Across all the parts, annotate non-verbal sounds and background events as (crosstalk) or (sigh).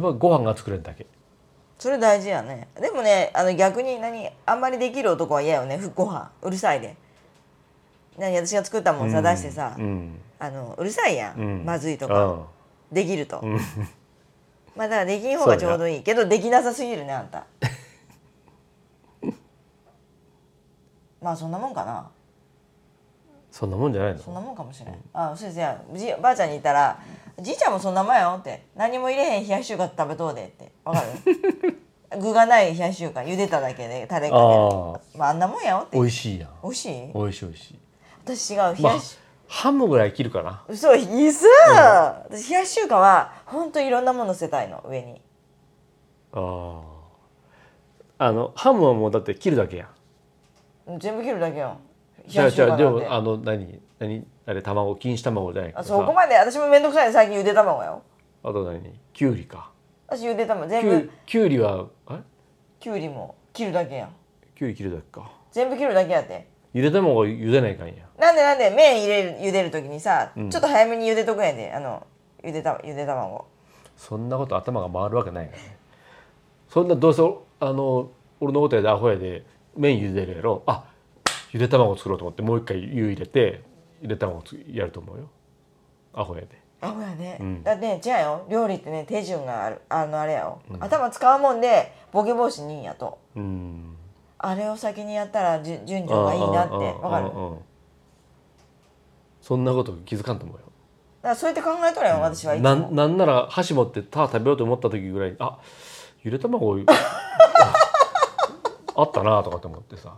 ばご飯が作れるだけそれ大事やねでもねあの逆に何あんまりできる男は嫌よねご飯うるさいで何私が作ったもんさ、出してさ、うんあのうるさいやん、うんまずいとうか、んできると、 (laughs) まあだからできん方がちょうどいいけどできなさすぎるねあんたまあそんなもんかなそんなもんじゃないのそんなもんかもしれん、あそうですやじばあちゃんに言ったら「じいちゃんもそんなもんよ」って「何も入れへん冷やし中華食べとうで」ってわかる (laughs) 具がない冷やし中華茹でただけでタレかああけるまああんなもんやよって美味しいやん美味しい美味しい美味しい私違う冷まあやし、ハムぐらい切るかな嘘いっそ、私冷やし中華はほんといろんなもの乗せたいの上にあああのハムはもうだって切るだけやん全部切るだけよじゃあじゃあでなんもてあの何何あれ卵錦糸卵じゃないけあどそこさまで私もめんどくさいの最近ゆで卵よあと何きゅうりか私ゆで卵き全ゅ部うきゅうりはあれきゅうりも切るだけやんきゅうり切るだけか全部切るだけやってゆで卵は茹でないかんやなんでなんで麺入れる茹でる時にさ、ちょっと早めに茹でとくんやであの茹でたゆで卵そんなこと頭が回るわけないからねそんなどうせあの俺のことやでアホやで麺茹でるやろあゆで卵作ろうと思ってもう一回湯入れてゆで卵つやると思うよアホやであほやね、んだってね違うよ料理ってね手順があるあのあれやよ、頭使うもんでボケ防止にいいんやとうんあれを先にやったらじゅ順序がいいなってうんうんうんわかるだうかんうんそんなこと気づかんと思うよらそうやって考えとるやん私はいつなもんなんなら箸持ってター食べようと思った時ぐらいあゆで卵 (laughs) あったなとかって思ってさ、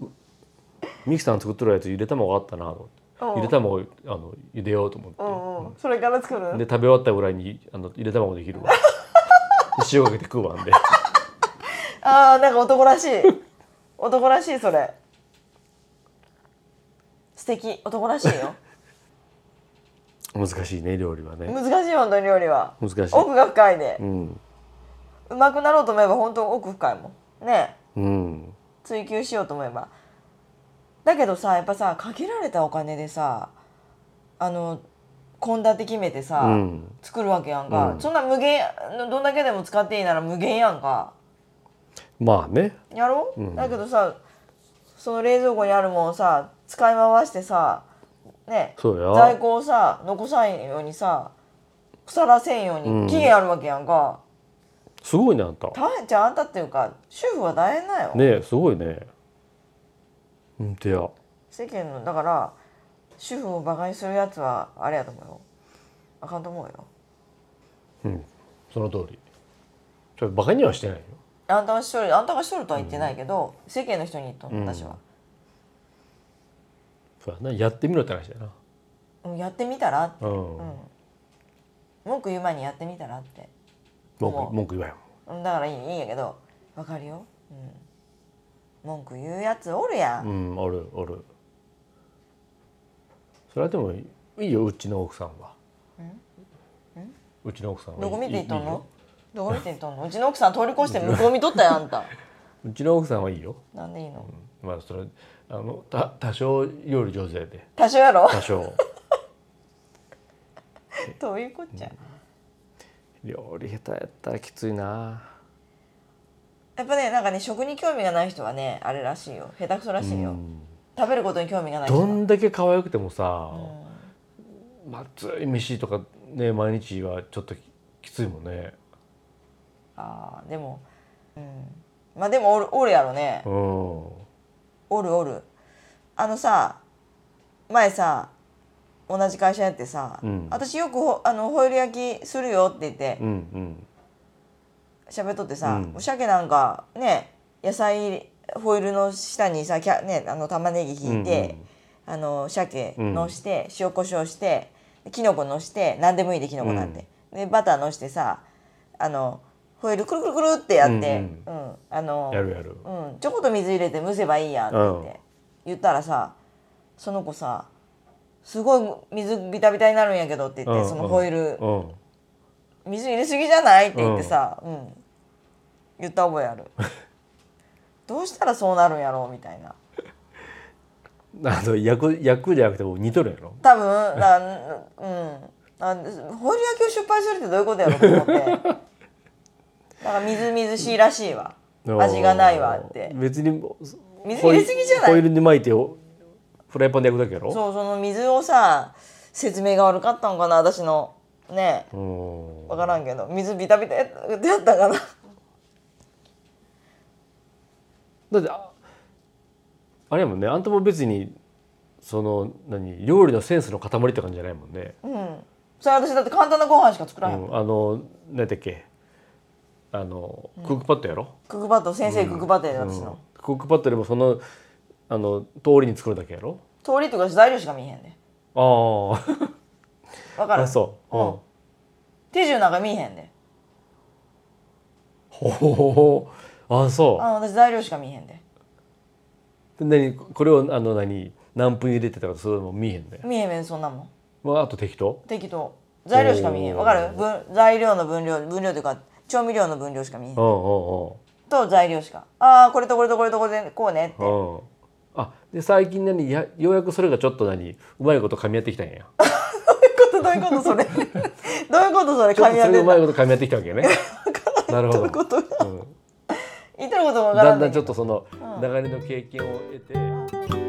うん、ミキさん作っとるやつゆで卵あったなと思ってゆで卵あのゆでようと思って、うんうんそれから作るで食べ終わったぐらいにあのゆで卵できる (laughs) わで塩かけて食うわんであーなんか男らしい男らしいそれ素敵男らしい (laughs) よ難しいね料理はね難しい本当に料理は難しい奥が深いでうんうまくなろうと思えば本当奥深いもんねえうん追求しようと思えばだけどさやっぱさ限られたお金でさあの献立決めてさ、うん作るわけやんか、うんそんな無限あのどんだけでも使っていいなら無限やんかまあねやろ、だけどさその冷蔵庫にあるもんをさ使い回してさねそうや在庫をさ残さんようにさ腐らせんよううんに期限あるわけやんか、すごいねあんた大変じゃああんたっていうか主婦は大変だよ、ねえすごいねうんてや世間のだから主婦を馬鹿にするやつはあれやと思うよあかんと思うようんその通りちょっとバカにはしてないよあんたがしとるあんたがしとるとは言ってないけど、世間の人に言っとんの私は、そうやなやってみろって話だようんやってみたらなうん、文句言う前にやってみたらって文句文句言わようんだからいいいいんやけどわかるよ、うん、文句言うやつおるやん、うんあるあるそれはでもいいようちの奥さんはうちの奥さんはいいどこ見て言っとんいいよのどこ見て言っ (laughs) とんのうちの奥さん通り越して向こう見とったやんあんたうちの奥さんはいいよ、なんでいいのまあそれあのた多少料理上手や (laughs) で多少やろ多少どういうこっちゃ、料理下手やったらきついなやっぱねなんかね食に興味がない人はねあれらしいよ下手くそらしいよ、食べることに興味がない人どはんだけ可愛くてもさ、まずい飯とかね毎日はちょっとききついもんねあーでもうんまあでもおるおるやろねうおるおるあのさ前さ同じ会社やってさ、うん私よくほあのホイル焼きするよって言ってんうん喋っとってさ、うんお鮭なんかね野菜ホイルの下にさキャ、ね、あの玉ねぎひいて、あの鮭のして、塩コショウしてきのこのして何でもいいできのこなんて、でバターのしてさあのホイルくるくるくるってやって、うんあうのんやるやるうん、ちょこっと水入れて蒸せばいいやんって言って、うん言ったらさその子さすごい水ビタビタになるんやけどって言って、うんそのホイル、うん水入れすぎじゃないって言ってさ、うん言った覚えあ (laughs) るどうしたらそうなるんやろうみたいなあの焼く焼くじゃなくてもう煮とるやろ多分なうんあホイル焼きを失敗するってどういうことやろうと思ってだからみずみずしいらしいわ味がないわって別に水入れすぎじゃないホイルに巻いておフライパンで焼くだけやろそうその水をさ説明が悪かったんかな私のねうーん分からんけど水ビタビタやったかな (laughs) だってああれやもんねあんたも別にその何料理のセンスの塊って感じじゃないもんね、うんそれ私だって簡単なご飯しか作らうへん、ん、あの何だっけあのクックパッドやろ、クックパッド先生クックパッドやで私うんの、クックパッドでもそのあの通りに作るだけやろ通りとか材料しか見えへんであ分かあらあんそう、うんうん手順なんか見えへんでほほほほあそあ私材料しか見えへんでうで何これをあの何何分入れてたかそれも見えへんね、見えへんそんなもんまあ、あと適当適当材料しか見えへおんーわかる分材料の分量分量というか調味料の分量しか見えへんうと材料しかああこれとこれとこれとこれでこうね (laughs) んうんうんうんあで最近何やようやくそれがちょっと何うまいこと噛み合ってきたんやどういうことそれ (laughs) どういうことそれちょっ噛とそみ合っれがてうたまいこと (laughs) 噛み合ってきたわけねなるほどうど、いうこと (laughs) うん言ってることがわかだらんなだいんちょっとその流れの経験を得て、と